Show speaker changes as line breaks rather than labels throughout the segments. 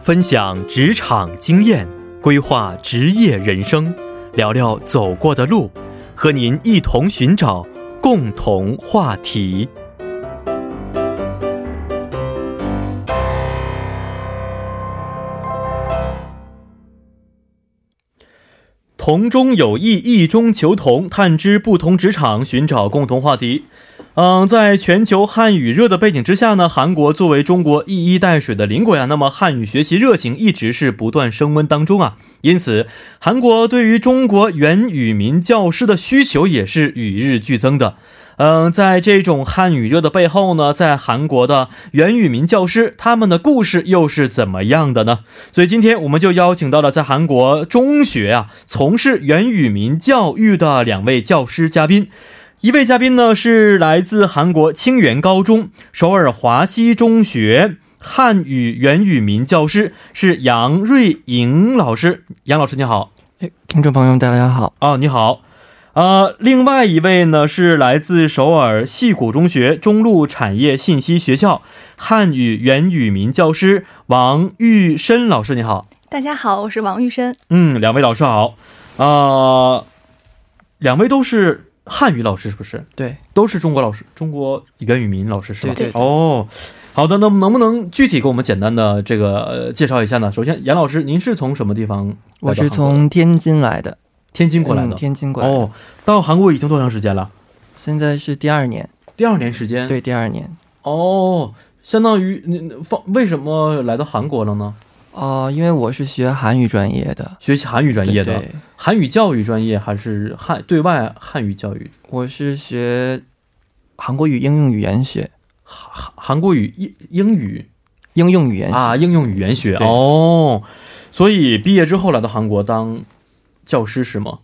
分享职场经验，规划职业人生，聊聊走过的路，和您一同寻找共同话题。同中有异，异中求同，探知不同职场，寻找共同话题。嗯，在全球汉语热的背景之下呢，韩国作为中国一衣带水的邻国呀，那么汉语学习热情一直是不断升温当中啊。因此，韩国对于中国原语民教师的需求也是与日俱增的。嗯，在这种汉语热的背后呢，在韩国的原语民教师他们的故事又是怎么样的呢？所以今天我们就邀请到了在韩国中学啊从事原语民教育的两位教师嘉宾。一位嘉宾呢是来自韩国清源高中、首尔华西中学汉语原语民教师，是杨瑞莹老师。杨老师你好，
听众朋友们，大家好。
哦，你好。呃，另外一位呢是来自首尔戏谷中学中路产业信息学校汉语原语民教师王玉申老师，你好。
大家好，我是王玉生。
嗯，两位老师好。呃，两位都是汉语老师，是不是？
对，
都是中国老师，中国袁宇民老师是吧？
对对
哦，好的，那么能不能具体给我们简单的这个、呃介绍一下呢？首先，严老师，您是从什么地方来到
我
韩国的？
是从天津来的，
天津过来的。
嗯、天津过来的、
哦，到韩国已经多长时间了？
现在是第二年，
第二年时间。。
对，第二年。
哦，相当于您放为什么来到韩国了呢？
哦、因为我是学韩语专业的，
学习韩语专业的，
对对
韩语教育专业还是汉对外汉语教育？
我是学韩国语应用语言学，
韩韩国语英英语
应用语言学。
啊，应用语言学
对
哦。所以毕业之后来到韩国当教师是吗？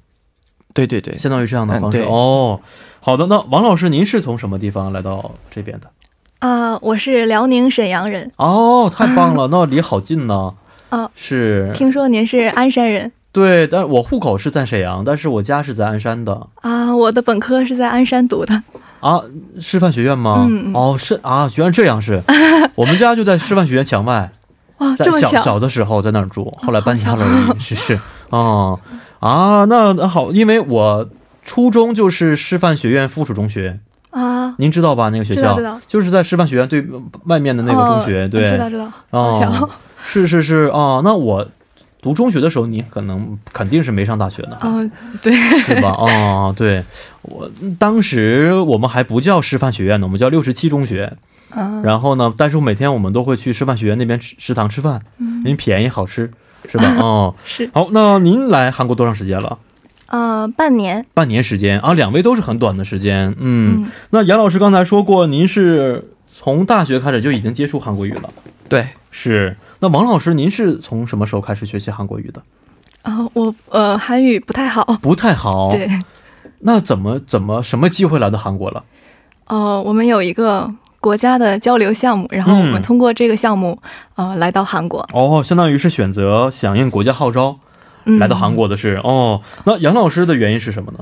对对对，
相当于这样的方式、
嗯对
哦。好的，那王老师，您是从什么地方来到这边的？
啊、我是辽宁沈阳人。
哦，太棒了，那离好近呢。
哦
是，
听说您是鞍山人
对，但我户口是在沈阳，但是我家是在鞍山的
啊、我的本科是在鞍山读的。
啊，师范学院吗？
嗯
哦，是啊，原来这样 是，我们家就在师范学院墙外。
哇，
在
这么
小
巧
小的时候在那儿住，后来搬家
好巧
了 而已，是是，哦啊，那那好，因为我初中就是师范学院附属中学，
啊！
您知道吧？那个学
知道
校
知道
就是在师范学院对外面的那个中学，
哦
对，
知道知道，好巧
哦，是是是，哦，那我读中学的时候，你可能肯定是没上大学 的，
嗯、
是吧？哦，对，我当时我们还不叫师范学院呢，我们叫六十七中学，
嗯，
然后呢，但是每天我们都会去师范学院那边吃食堂吃饭，因为便宜好吃，是 吧？哦，
嗯是
好，那您来韩国多长时间了？
呃，半年
半年时间啊，两位都是很短的时间。嗯，
嗯
那杨老师刚才说过，您是从大学开始就已经接触韩国语了，
对，
是？那王老师，您是从什么时候开始学习韩国语的？
啊、我呃韩语不太好，
不太好，
对，
那怎么怎么什么机会来到韩国了？
呃，我们有一个国家的交流项目，然后我
嗯
们通过这个项目、呃来到韩国，
哦，相当于是选择响应国家号召
嗯、
来到韩国的是、哦。那杨老师的原因是什么呢？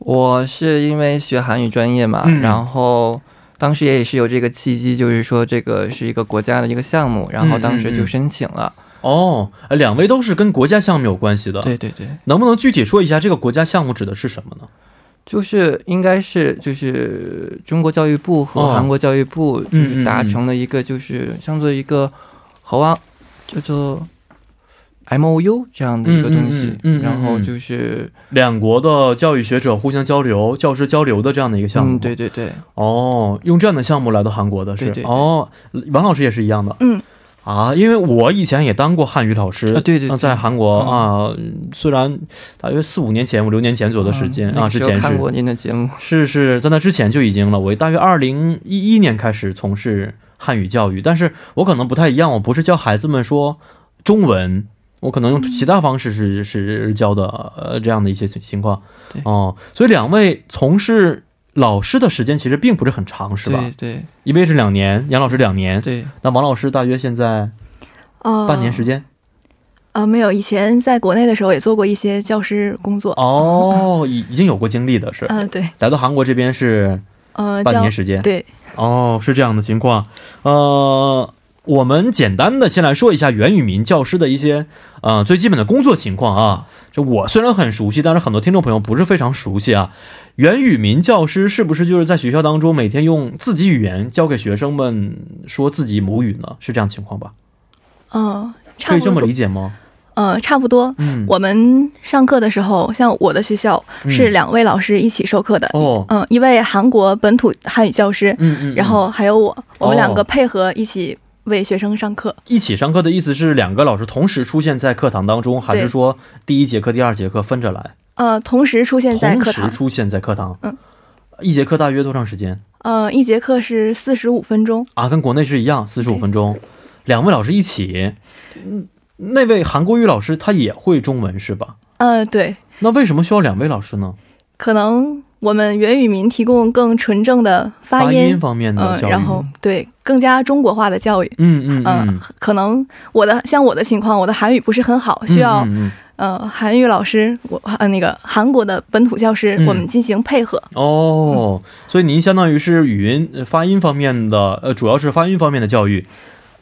我是因为学韩语专业嘛，
嗯
然后当时也是有这个契机，就是说这个是一个国家的一个项目，然后当时
嗯嗯
就
嗯
申请了。
哦，呃两位都是跟国家项目有关系的，，
对对对，
能不能具体说一下这个国家项目指的是什么呢？
就是应该是就是中国教育部
哦
和韩国教育部就
嗯嗯
是
嗯
达成了一个就是像做一个和啊叫做 M O U 这样的一个东西，
嗯嗯嗯嗯嗯嗯
然后就是
两国的教育学者互相交流、教师交流的这样的一个项目，
嗯，对对对，
哦，用这样的项目来到韩国的是，
对对对
哦，王老师也是一样的，
嗯。
啊，因为我以前也当过汉语老师，
啊对对对
呃在韩国、
嗯
啊，嗯虽然大约四五年前、五六年前左右的时间、
嗯那
啊，
个
之
时候
前
看
是
过您的节目，
是是，在那之前就已经了。我大约二零一一年开始从事汉语教育，但是我可能不太一样，我不是教孩子们说中文，我可能
嗯
用其他方式是是教的，呃，这样的一些情况
对。
哦，所以两位从事老师的时间其实并不是很长，是吧
对？对
一位是两年，杨老师两年，
对，
那王老师大约现在
呃
半年时间。
啊、没有，以前在国内的时候也做过一些教师工
嗯
作。
哦，已已经有过经历的是，
嗯、对，
来到韩国这边是
呃，
半
教
年时间。
对，
哦，是这样的情况。呃，我们简单的先来说一下原语民教师的一些呃最基本的工作情况啊。这我虽然很熟悉，但是很多听众朋友不是非常熟悉啊。原语民教师是不是就是在学校当中每天用自己语言教给学生们说自己母语呢？是这样情况吧？
嗯，差
可以
不
这么
多
理，解吗？
呃，差不多。
嗯，
我们上课的时候，像我的学校是
嗯
两位老师一起授课的，
哦，
嗯，一位韩国本土汉语教师，
嗯嗯，嗯
然后还有我，
哦
我们两个配合一起为学生上课。
一起上课的意思是两个老师同时出现在课堂当中，还是
对
说第一节课、第二节课分着来，
呃，同时出现在
同
课
时
堂，
出现在课堂？
嗯，
一节课大约多长时间
呃，一节课是四十五分钟，
啊？跟国内是一样，四十五
对
分钟，两位老师一起。嗯，那位韩国语老师他也会中文是吧？
呃，对，
那为什么需要两位老师呢？
可能我们原语民提供更纯正的发
发
音，
音方面的
呃，
教育，嗯
然后对更加中国化的教育。
嗯嗯嗯
嗯，，可能我的像我的情况，我的韩语不是很好，需要、
嗯嗯嗯
呃韩语老师，我呃那个韩国的本土教师，
嗯
我们进行配合。
哦，所以您相当于是语音呃发音方面的，呃，主要是发音方面的教育。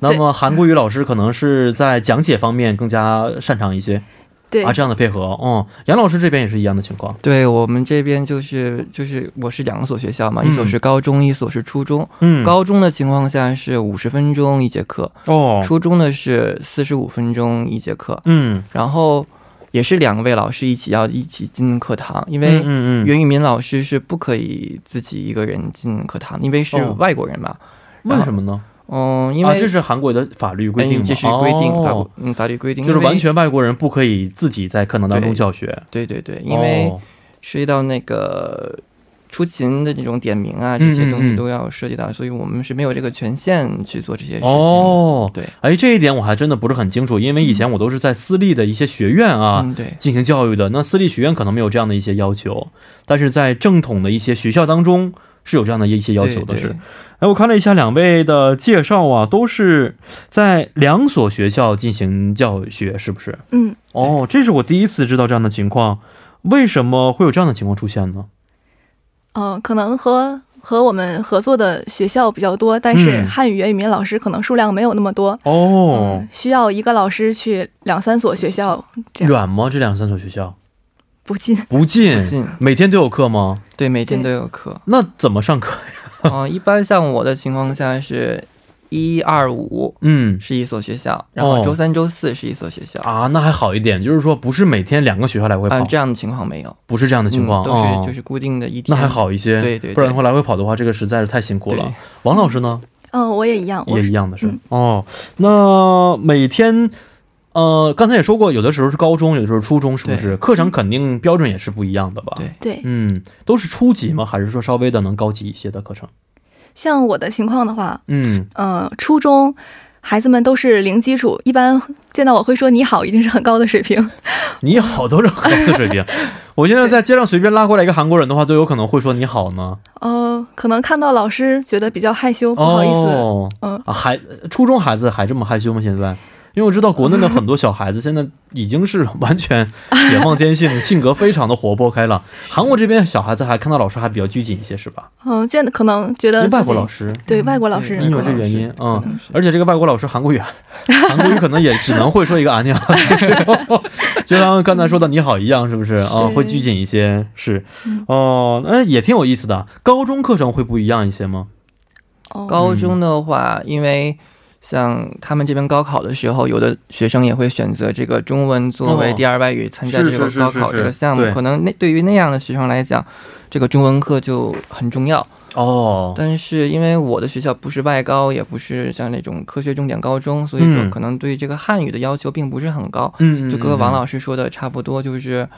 那么韩国语老师可能是在讲解方面更加擅长一些
对，
啊，这样的配合。嗯，杨老师这边也是一样的情况。
对我们这边就是就是我是两所学校嘛，
嗯
一所是高中，一所是初中。
嗯，
高中的情况下是五十分钟一节课，
哦，
初中的是四十五分钟一节课，
嗯，
然后也是两位老师一起要一起进课堂，因
嗯
为
嗯嗯，
袁宇民老师是不可以自己一个人进课堂，因为是
哦
外国人嘛。
为什么呢？
嗯，因
啊，
为
这是韩国的法律规定
嗯
吗？
这是规定法
哦
国嗯法律规定，
就是
因为
完全外国人不可以自己在课堂当中教学，
对对对，因为
哦
涉及到那个出勤的这种点名啊，这些东
嗯嗯嗯
西都要涉及到，所以我们是没有这个权限去做这些事情。
哦，
对，
哎，这一点我还真的不是很清楚，因为以前我都是在私立的一些学院啊，
嗯，对，
进行教育的。那私立学院可能没有这样的一些要求，但是在正统的一些学校当中是有这样的一些要求的。
对
是，，哎，我看了一下两位的介绍啊，都是在两所学校进行教学，是不是？
嗯，
哦，这是我第一次知道这样的情况。为什么会有这样的情况出现呢？
呃，可能和和我们合作的学校比较多，但是
嗯
汉语言语民老师可能数量没有那么多，
哦，
嗯需要一个老师去两三所学校，这样
远吗？这两三所学校
不近。
不近，
不近
每天都有课吗？
对，每天都
对
有课。
那怎么上课？
啊、一般像我的情况下是一二五
嗯
是一所学校，然后
哦
周三、周四是一所学校。
啊，那还好一点，就是说不是每天两个学校来回
啊、
跑，
这样的情况没有，
不是这样的情况，
嗯、都
哦
是就是固定的一天。
那还，好一些，
对对对
不然的话来回跑的话，这个实在是太辛苦
对
了。王老师呢，
嗯、我也一样，我
也一样的是、
嗯
哦。那每天，呃，刚才也说过，有的时候是高中，有的时候是初中，是不是？课程肯定标准也是不一样的吧？
对
对。
嗯，都是初级吗？还是说稍微的能高级一些的课程？
像我的情况的话，
嗯，
呃，初中孩子们都是零基础，一般见到我会说你好，已经是很高的水平。
你好都是很高的水平。我现在在街上随便拉过来一个韩国人的话，都有可能会说你好呢。
呃，可能看到老师觉得比较害羞，不好意思。
哦，
嗯
啊，还初中孩子还这么害羞吗？现在？因为我知道国内的很多小孩子现在已经是完全解放天性，性格非常的活泼开朗。韩国这边小孩子还看到老师还比较拘谨一些，是吧？
嗯、见可能觉
因
得
为外
自
国
己
老师，
对外国老师
对
因为嗯
可
有这
能
原因
可
啊
能是，
而且这个外国老师韩国语，啊 韩国语可能也只能会说一个阿娘， 就像刚才说的你好一样，是不是啊？
是
会拘谨一些，是哦，那也挺有意思的。高中课程会不一样一些吗？
哦
高
嗯
中的话，因为像他们这边高考的时候，有的学生也会选择这个中文作为
哦
第二外语参加
是
这个
是是
高
是
考
是
这个项目。
对
可能那对于那样的学生来讲，这个中文课就很重要。
哦，
但是因为我的学校不是外高，也不是像那种科学重点高中，所以说
嗯
可能对这个汉语的要求并不是很高。
嗯，
就跟王老师说的差不多，就是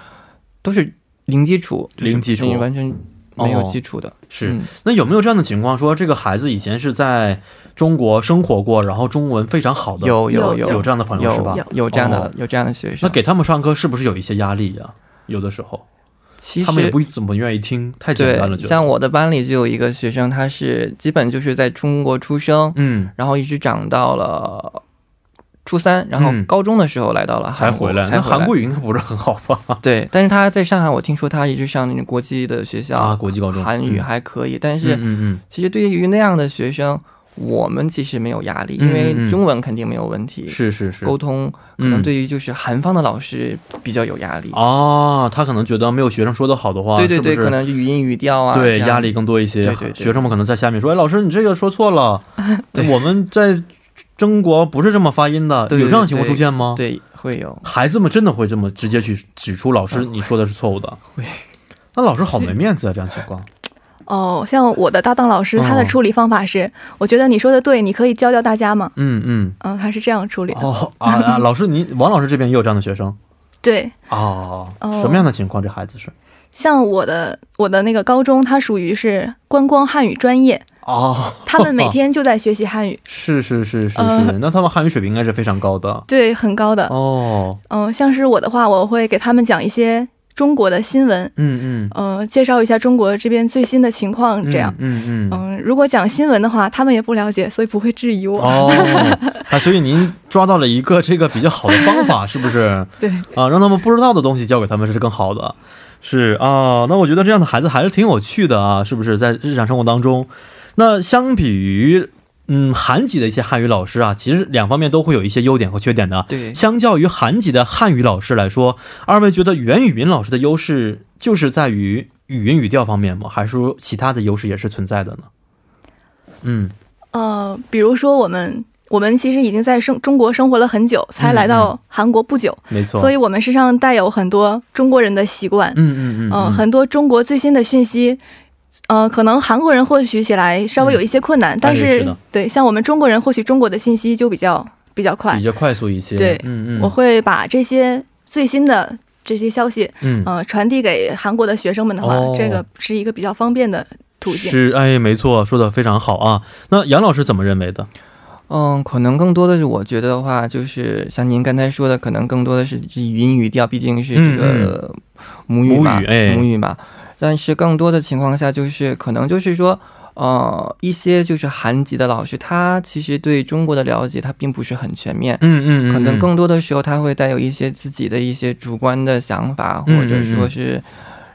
都是零基础，就是
零基础
你完全没有
哦
基础的。
是
嗯
那有没有这样的情况，说这个孩子以前是在中国生活过，然后中文非常好的，
有有
有
有
有这样的朋友是吧？
有有这样的、
哦
有这样的学生
那，给他们上课是不是有一些压力呀、有的时候
其实
他们也不怎么愿意听，太简单了
对，
就。
像我的班里就有一个学生，他是基本就是在中国出生，
嗯，
然后一直长到了初三，然后
嗯
高中的时候来到了
才
韩国，
回来。
才
那
回来啊
韩国语应该不是很好吧？
对，但是他在上海，我听说他一直上那种国际的学校，
啊，国际高中
韩语
嗯
还可以，但
嗯
是
嗯嗯
其实对于那样的学生，我们其实没有压力，因为
嗯嗯嗯
中文肯定没有问题，
是是是，嗯
沟通可能对于就是韩方的老师比较有压力，
啊，他可能觉得没有学生说的好的话，
对对对，
是不是
可能语音语调啊，
对
这样
压力更多一些。
对对对
学生们可能在下面说：“哎，老师，你这个说错 了，
对
我们在中国不是这么发音的。
对对
有这样的情况出现吗？
对会有
孩子们真的会这么直接去指出老师你说的是错误的？
嗯 会。
那老师好没面子啊，这样情 况。
哦，像我的搭档老师，他的
哦
处理方法是，我觉得你说的对，你可以教教大家嘛。
嗯嗯。
嗯，他是这样处理的。
哦啊啊！老师，你王老师这边也有这样的学生
对，
啊、
哦
什么样的情况？这孩子是
像我的我的那个高中，它属于是观光汉语专 业，
哦，
他们每天就在学习汉语，
是是是是是、
呃
那他们汉语水平应该是非常高的
对，很高的。
哦。
嗯、像是我的话，我会给他们讲一些中国的新闻，
嗯嗯，
嗯、介绍一下中国这边最新的情况，这样。
嗯嗯。嗯
嗯、如果讲新闻的话，他们也不了解，所以不会质疑我。
哦，啊，所以您抓到了一个这个比较好的方法，是不是？
对，
啊，让他们不知道的东西教给他们，这是更好的。是啊，那我觉得这样的孩子还是挺有趣的啊，是不是？在日常生活当中，那相比于嗯韩籍的一些汉语老师啊，其实两方面都会有一些优点和缺点的。
对
相较于韩籍的汉语老师来说，二位觉得袁语音老师的优势就是在于语音语调方面吗？还是说其他的优势也是存在的呢？嗯，
呃，比如说我们，我们其实已经在生中国生活了很久，才来到韩国不久，
没嗯错。
所以我们身上带有很多中国人的习惯，
嗯嗯嗯
嗯、
嗯，
很多中国最新的讯息。呃，可能韩国人获取起来稍微有一些困难，但
哎
是
是的
对，像我们中国人获取中国的信息就比较比较快
比。较快速一些。
对
嗯嗯，
我会把这些最新的这些消息，
嗯。
呃，传递给韩国的学生们的话，
哦
这个是一个比较方便的途径。
是，哎，没错，说的非常好啊。那杨老师怎么认为的？
嗯，可能更多的是我觉得的话，就是像您刚才说的，可能更多的是语音语调，毕竟是这个母语嘛，
嗯母语哎
嘛。但是更多的情况下，就是可能就是说，呃，一些就是韩籍的老师，他其实对中国的了解他并不是很全面，
嗯
可能更多的时候他会带有一些自己的一些主观的想法，
嗯嗯
或者说是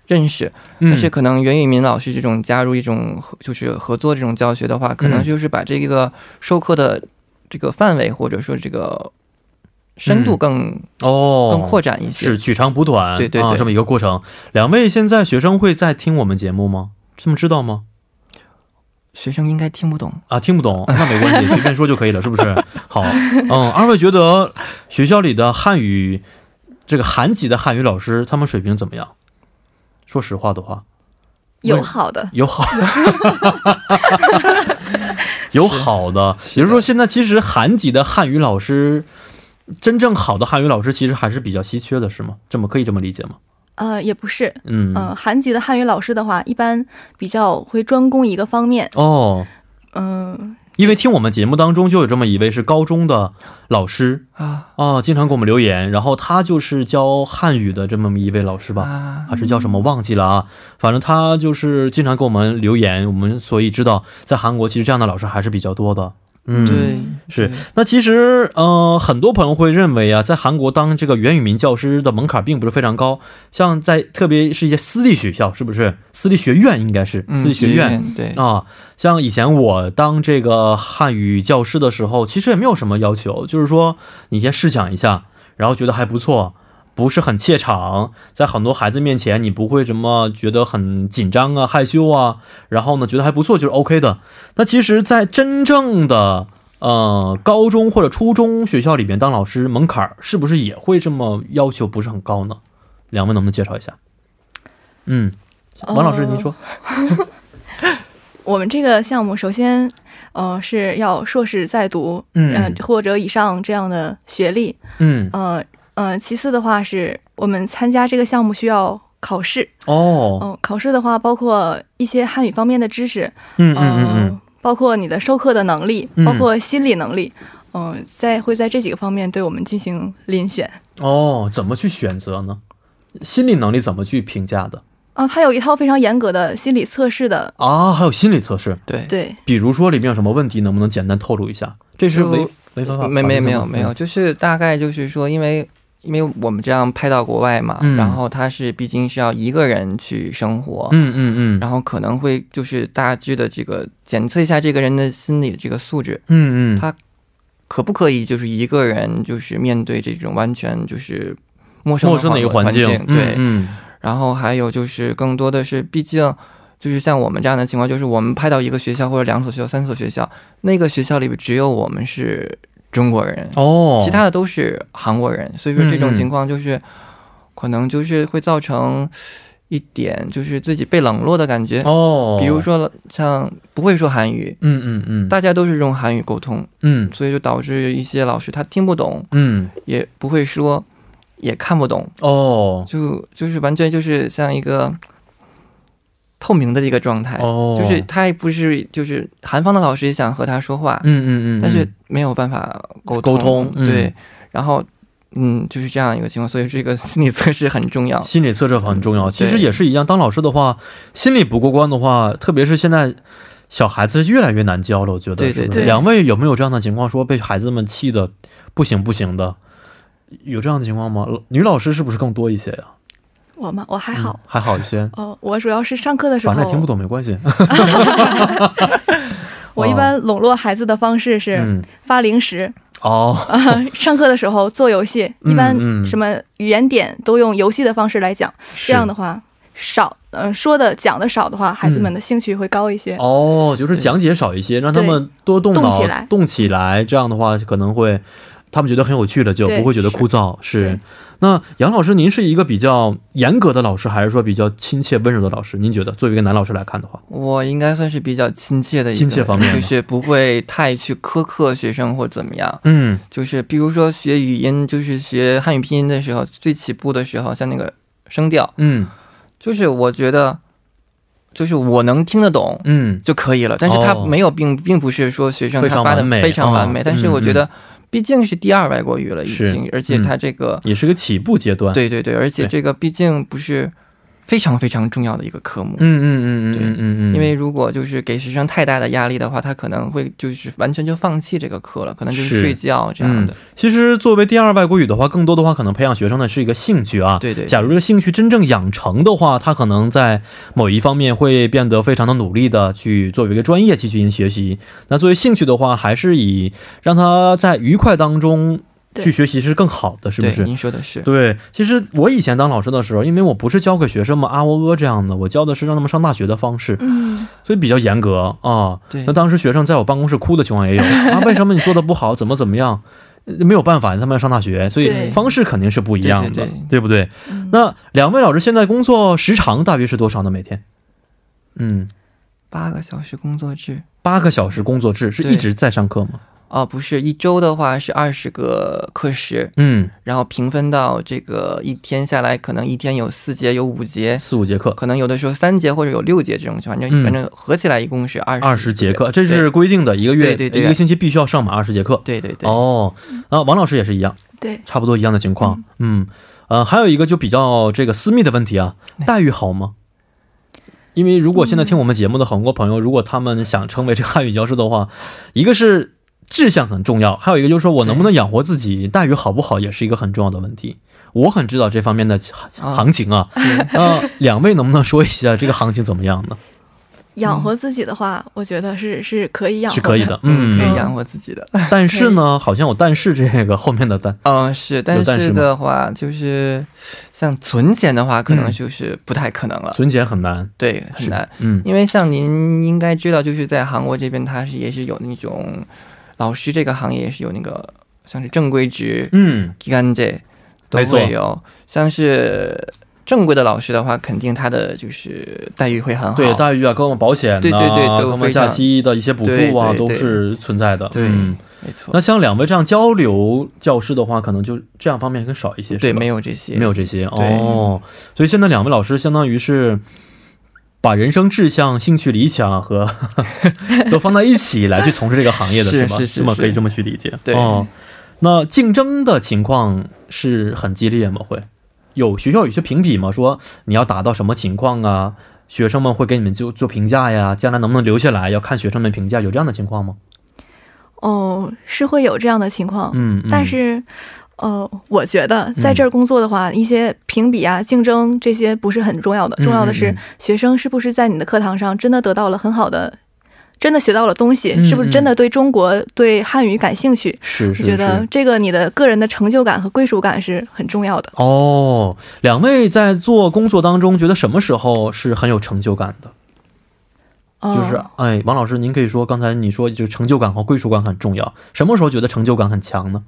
认识。
嗯
但是可能袁宇民老师这种加入一种合就是合作这种教学的话，
嗯
可能就是把这个授课的这个范围或者说这个深度更、
嗯哦，
更扩展一些。
是取长补短，
对对
啊，
对
这么一个过程。两位现在学生会在听我们节目吗？这么知道吗？
学生应该听不懂。
啊，听不 懂，那没关系，随便说就可以了，是不 是？好，嗯，二位觉得学校里的汉语，这个韩籍的汉语老师，他们水平怎么样？说实话的话，
有好的，
有 好，有好的，也就是说，现在其实韩籍的汉语老师，真正好的汉语老师其实还是比较稀缺的，是吗？这么可以这么理解吗？
呃，也不是，
嗯，
呃，韩籍的汉语老师的话，一般比较会专攻一个方面，
哦，
嗯、
因为听我们节目当中就有这么一位是高中的老师
啊
啊，经常给我们留言，然后他就是教汉语的这么一位老师吧。
啊！
还是叫什么忘记了啊，反正他就是经常给我们留言，我们所以知道在韩国其实这样的老师还是比较多的。嗯，
对，
是
对，
那其实，呃，很多朋友会认为啊，在韩国当这个原语民教师的门槛并不是非常高，像在特别是一些私立学校，是不是私立学院应该是
嗯
私立学院、
对，
啊？像以前我当这个汉语教师的时候，其实也没有什么要求，就是说你先试讲一下，然后觉得还不错。不是很怯场，在很多孩子面前，你不会什么觉得很紧张啊、害羞啊，然后呢觉得还不错，就是 OK 的。那其实，在真正的呃高中或者初中学校里边当老师，门槛儿是不是也会这么要求不是很高呢？两位能不能介绍一下？嗯，王老师，
呃
您说，
我们这个项目首先，呃，是要硕士在读，呃
嗯，
或者以上这样的学历，
嗯，
呃呃，其次的话是我们参加这个项目需要考试，
哦，
嗯、考试的话包括一些汉语方面的知识，
哦
嗯嗯嗯嗯
嗯，包括你的授课的能力
嗯，
包括心理能力，嗯、在会在这几个方面对我们进行遴选。
嗯，哦，怎么去选择呢？心理能力怎么去评价的
啊，它有一套非常严格的心理测试的，
啊？还有心理测试，
对，
对，
比如说里面有什么问题，能不能简单透露一下？这是
就
违违反法
没没没有
法律的吗嗯
没有，就是大概就是说，因为因为我们这样派到国外嘛，
嗯
然后他是毕竟是要一个人去生活，
嗯嗯嗯
然后可能会就是大致的这个检测一下这个人的心理这个素质，
嗯嗯，
他可不可以就是一个人就是面对这种完全就是陌生
陌生的一个
环
环境，
对，
嗯嗯
然后还有就是更多的是，毕竟就是像我们这样的情况，就是我们派到一个学校或者两所学校、三所学校，那个学校里边只有我们是中国人，
哦，
其他的都是韩国人，所以说这种情况就是、可能就是会造成一点就是自己被冷落的感觉。
哦，
比如，说像不会说韩语，
嗯嗯嗯，
大家都是用韩语沟通，
嗯
所以就导致一些老师他听不懂，
嗯
也不会说，也看不懂，
哦
就就是完全就是像一个透明的一个状态，
哦，
就是他也不是就是韩方的老师也想和他说话，
嗯嗯嗯，
但是没有办法沟
沟通嗯
对，然后嗯就是这样一个情况，所以这个心理测试很重要，
心理测试很重要，其实
啊嗯对
也是一样。当老师的话，心理不过关的话，特别是现在小孩子越来越难教了，我觉得。是
对
不是
对对
两位有没有这样的情况，说被孩子们气的不行不行的？有这样的情况吗？女老师是不是更多一些呀、
我吗？我还好
嗯。还好一些，
哦，我主要是上课的时候
反，正也听不懂没关系。
我一般笼络孩子的方式是
哦嗯，
发零食，
哦，
上课的时候做游戏，
嗯
一般
嗯
什么语言点都用游戏的方式来讲，
这
这样的话少，嗯、说的讲的少的话，孩子们的兴趣会高一些。
嗯哦，就是讲解少一些，让他们多动脑，
动起
起
来
来这样的话可能会他们觉得很有趣了，就
对
不会觉得枯燥。是
对
那杨老师，您是一个比较严格的老师，还是说比较亲切温柔的老师？您觉得作为一个男老师来看的话，
我应该算是比较亲切的一个，
亲切方面的
就是不会太去苛刻学生或怎么样。
嗯
就是比如说学语音，就是学汉语拼音的时候，最起步的时候，像那个声调，
嗯
就是我觉得，就是我能听得懂
嗯
就可以了。但是它
哦
没有并并不是说学生
非
他
常
发的
完美
非常完美，
哦
但是我觉得毕竟是第二外国语了已
是
经，而且它这个、
也是个起步阶段。，
对对对，而且
对
这个毕竟不是非常非常重要的一个科目。
嗯嗯嗯嗯嗯嗯嗯，
因为如果就是给学生太大的压力的话，他可能会就是完全就放弃这个课了，可能就是
是嗯
睡觉这样的。
其实作为第二外国语的话，更多的话可能培养学生的是一个兴趣啊。
对对对
假如这个兴趣真正养成的话，他可能在某一方面会变得非常的努力的去作为一个专业去进行学习。那作为兴趣的话，还是以让他在愉快当中
对
去学习是更好的，是不
对，
是？
您说的是。
对，其实我以前当老师的时候，因为我不是教给学生们啊喔呃这样的，我教的是让他们上大学的方式，
嗯，
所以比较严格啊。
对
那当时学生在我办公室哭的情况 也有啊，为什么你做的不好，怎么怎么样？呃没有办法，他们要上大学，所以
对
方式肯定是不一样的，
对对对
不对？
嗯
那两位老师现在工作时长大约是多少呢？每天？嗯，
八个小时工作制
八个小时工作制，是
对
一直在上课吗？
啊，不是一周的话是二十个课时，
嗯，
然后平分到这个一天下来，可能一天有四节，有五节，
四五节课，
可能有的时候三节或者有六节这种情况，反正、
嗯
反正合起来一共是二十
二十节课，这是规定的，一个月
对对对
一个星期必须要上满二十节课。
对对对，
哦，啊，王老师也是一样，
对，
差不多一样的情况。嗯，呃，还有一个就比较这个私密的问题啊，待遇好吗？因为如果现在听我们节目的很多朋友，如果他们想成为这个汉语教师的话，一个是志向很重要，还有一个就是说我能不能养活自己，待遇好不好也是一个很重要的问题。我很知道这方面的行
啊
行情啊，呃，两位能不能说一下这个行情怎么样呢？
养活自己的话，我觉得是是可以养
嗯
活
是可以的，嗯，
可以养活自己的。
但是呢，好像有但是这个后面的但，
嗯，是，但
但是
是
吗
的话，就是像存钱的话，可能
嗯
就是不太可能了，
存钱很难，
对，很
是
难。
嗯，
因为像您应该知道，就是在韩国这边，它是也是有那种老师这个行业也是有那个像是正规职、
嗯，
기간제都
没错
会有，像是正规的老师的话，肯定他的就是待遇会很好。
对待遇啊，各种保险、呐，
对对对都
各方
非
假
常
期的一些补助啊，
对对对
都是存在的。
对
嗯，
没错
那。像两位这样交流教师的话，可能就这样方面更少一些，
对，
是吧
没有这些，
没
有。
有这些
对
哦。所以现在两位老师相当于是把人生志向、兴趣、理想和 都放在一起来去从事这个行业的
是
吧？
是是
这么
是
可以这么去理解。
对
哦，那竞争的情况是很激烈吗？会有学校有些评比吗？说你要达到什么情况啊？学生们会给你们做做评价呀，将来能不能留下来要看学生们评价，有这样的情况吗？
哦，是会有这样的情况，
嗯，嗯
但是，呃，我觉得在这儿工作的话，一些评比啊、竞争这些不是很重要的，重要的
嗯嗯
是
嗯
学生是不是在你的课堂上真的得到了很好的，真的学到了东西，
嗯
是不是真的对中国、对汉语感兴趣？
是
我觉得这个你的个人的成就感和归属感是很重要的。
哦，两位在做工作当中，觉得什么时候是很有成就感的？
嗯
就是，哎，王老师，您可以说，刚才你说这个成就感和归属感很重要，什么时候觉得成就感很强呢？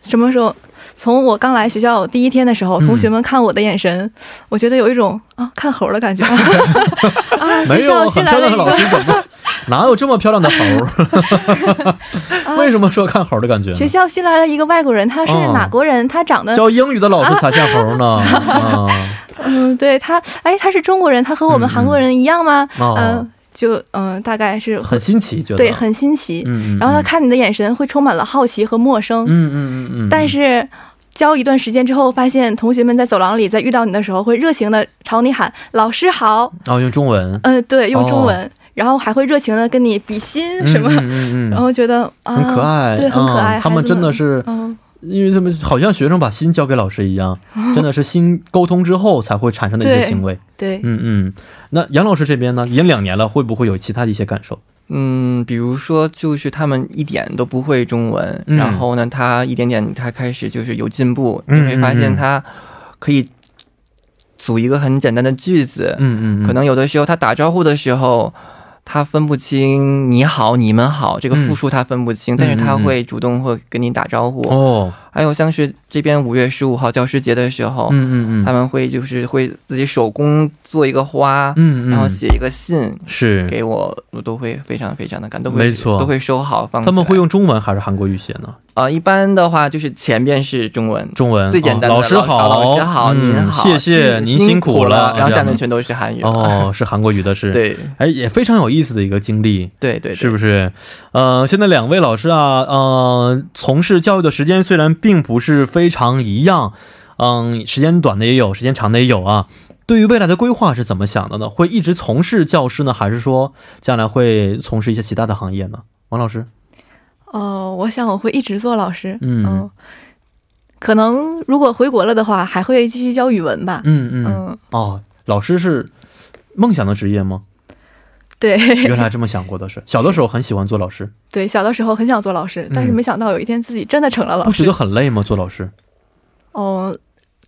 什么时候？从我刚来学校第一天的时候，
嗯
同学们看我的眼神，我觉得有一种啊看猴的 感觉啊，学
没
校
有，很
新来
漂亮
了一
的老
个
师怎么？ 哪有这么漂亮的猴 儿？
啊
为什么说看猴儿的感觉呢？
学校新来了一个外国人，他是
哦
哪国人？他长得
教英语的老师才像猴 儿呢。啊，
嗯，对他，哎，他是中国人，他和我
嗯
们
嗯
韩国人一样吗？嗯，
哦，
就嗯、大概是
很新奇，觉得
对，很新奇。
嗯，嗯
然后他，看你的眼神会充满了好奇和陌生，
嗯嗯嗯嗯，
但是。教一段时间之后，发现同学们在走廊里在遇到你的时候，会热情的朝你喊“老师好
然哦后用中文”，，
嗯、对，用中
哦
文，然后还会热情的跟你比心 什么，
嗯嗯嗯
然
嗯，
后觉得啊，
很可爱，
对，很可爱。
嗯他们
孩子
真的，是，
嗯，
因为他们好像学生把心交给老师一样，真的是心沟通之后才会产生的一些
对
行为。
对，
嗯嗯，那杨老师这边呢，已经两年了，会不会有其他的一些感受？
嗯，比如说就是他们一点都不会中文，
嗯
然后呢，他一点点他开始就是有进步，
嗯
你会发现他可以组一个很简单的句子，
嗯
可能有的时候他打招呼的时候。他分不清你好、你们好这个
嗯
复数，他分不清，但是他会主动会跟你打招呼。
哦，
还有像是这边五月十五号教师节的时候，
嗯嗯嗯，
他们会就是会自己手工做一个花，
嗯嗯，
然后写一个信
是
给我，我都会非常非常的感动，都
没
会
错
都会收好放起来。
他们会用中文还是韩国语写呢？
啊、一般的话就是前面是中文，
中文
最简单的、
哦老师好，
老啊老师好，
嗯
您好，
谢谢
辛
您
辛
苦
了，然后
这
下
样
面全都是韩语了。
哦，是韩国语的是，，
对
哎，也非常有意思的一个经历。
对对对，
是不是？呃，现在两位老师啊，呃，从事教育的时间虽然并不是非常一样，嗯、时间短的也有，时间长的也有啊。对于未来的规划是怎么想的呢？会一直从事教师呢，还是说将来会从事一些其他的行业呢？王老师，
哦，我想我会一直做老师。
嗯
可能如果回国了的话，还会继续教语文吧。
嗯嗯，
嗯，
哦，老师是梦想的职业吗？
对
原来这么想过的是，小的时候很喜欢做老师，
对，小的时候很想做老师，但是没想到有一天自己真的成了老
不嗯觉
师
得。很累吗？做老师？
哦，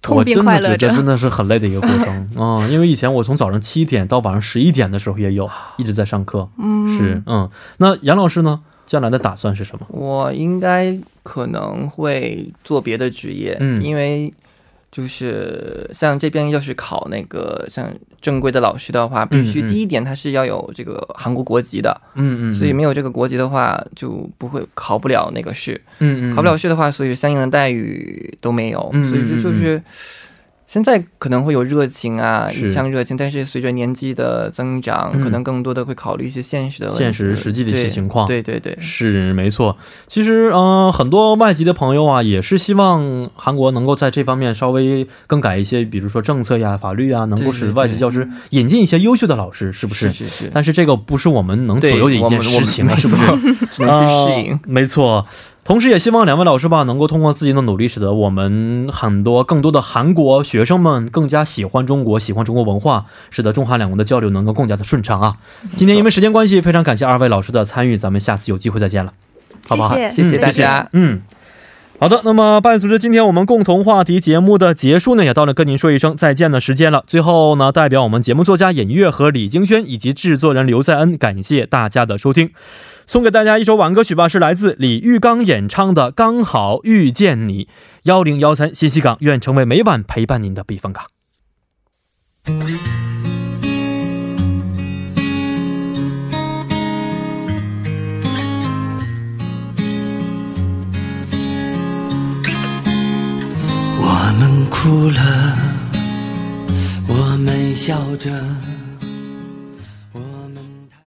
痛
我
并
真
快
的
乐
觉
着
得。真的是很累的一个过 程嗯，因为以前我从早上七点到晚上十一点的时候也有一直在上课，
嗯，
是嗯。那杨老师呢？将来的打算是什么？
我应该可能会做别的职业，
嗯
因为就是像这边要是考那个像正规的老师的话，
嗯
必须
嗯
第一点他是要有这个韩国国籍的，
嗯嗯，
所以没有这个国籍的话就不会考不了那个试，
嗯嗯
考不了试的话，所以相应的待遇都没有，
嗯嗯
所以就
嗯
就是。现在可能会有热情啊，
是
一腔热情，但是随着年纪的增长，
嗯
可能更多的会考虑一些现实的问题
现实实际的一些
对
情况
对对对，
是没错。其实嗯、呃很多外籍的朋友啊，也是希望韩国能够在这方面稍微更改一些，比如说政策呀、法律呀，啊能够
对
使
对
外籍
对
教师引进一些优秀的老师，是不
是是是，
但是这个不是我们能左
对，
右的一
我
件
们我
事情
们
了，啊
没
是不是？
错只 能去适应
啊。没错，同时也希望两位老师吧，能够通过自己的努力，使得我们很多更多的韩国学生们更加喜欢中国，喜欢中国文化，使得中韩两国的交流能够更加的顺畅啊！今天因为时间关系，非常感谢二位老师的参与，咱们下次有机会再见了，好不好？
谢
谢谢大家。
嗯。好的，那么伴随着今天我们共同话题节目的结束呢，也到了跟您说一声再见的时间了。最后呢，代表我们节目作家尹月和李京轩以及制作人刘在恩，感谢大家的收听。送给大家一首晚歌曲吧，是来自李玉刚演唱的《刚好遇见你》。幺零幺三信息港，愿成为每晚陪伴您的避风港。
我们哭了，我们笑着。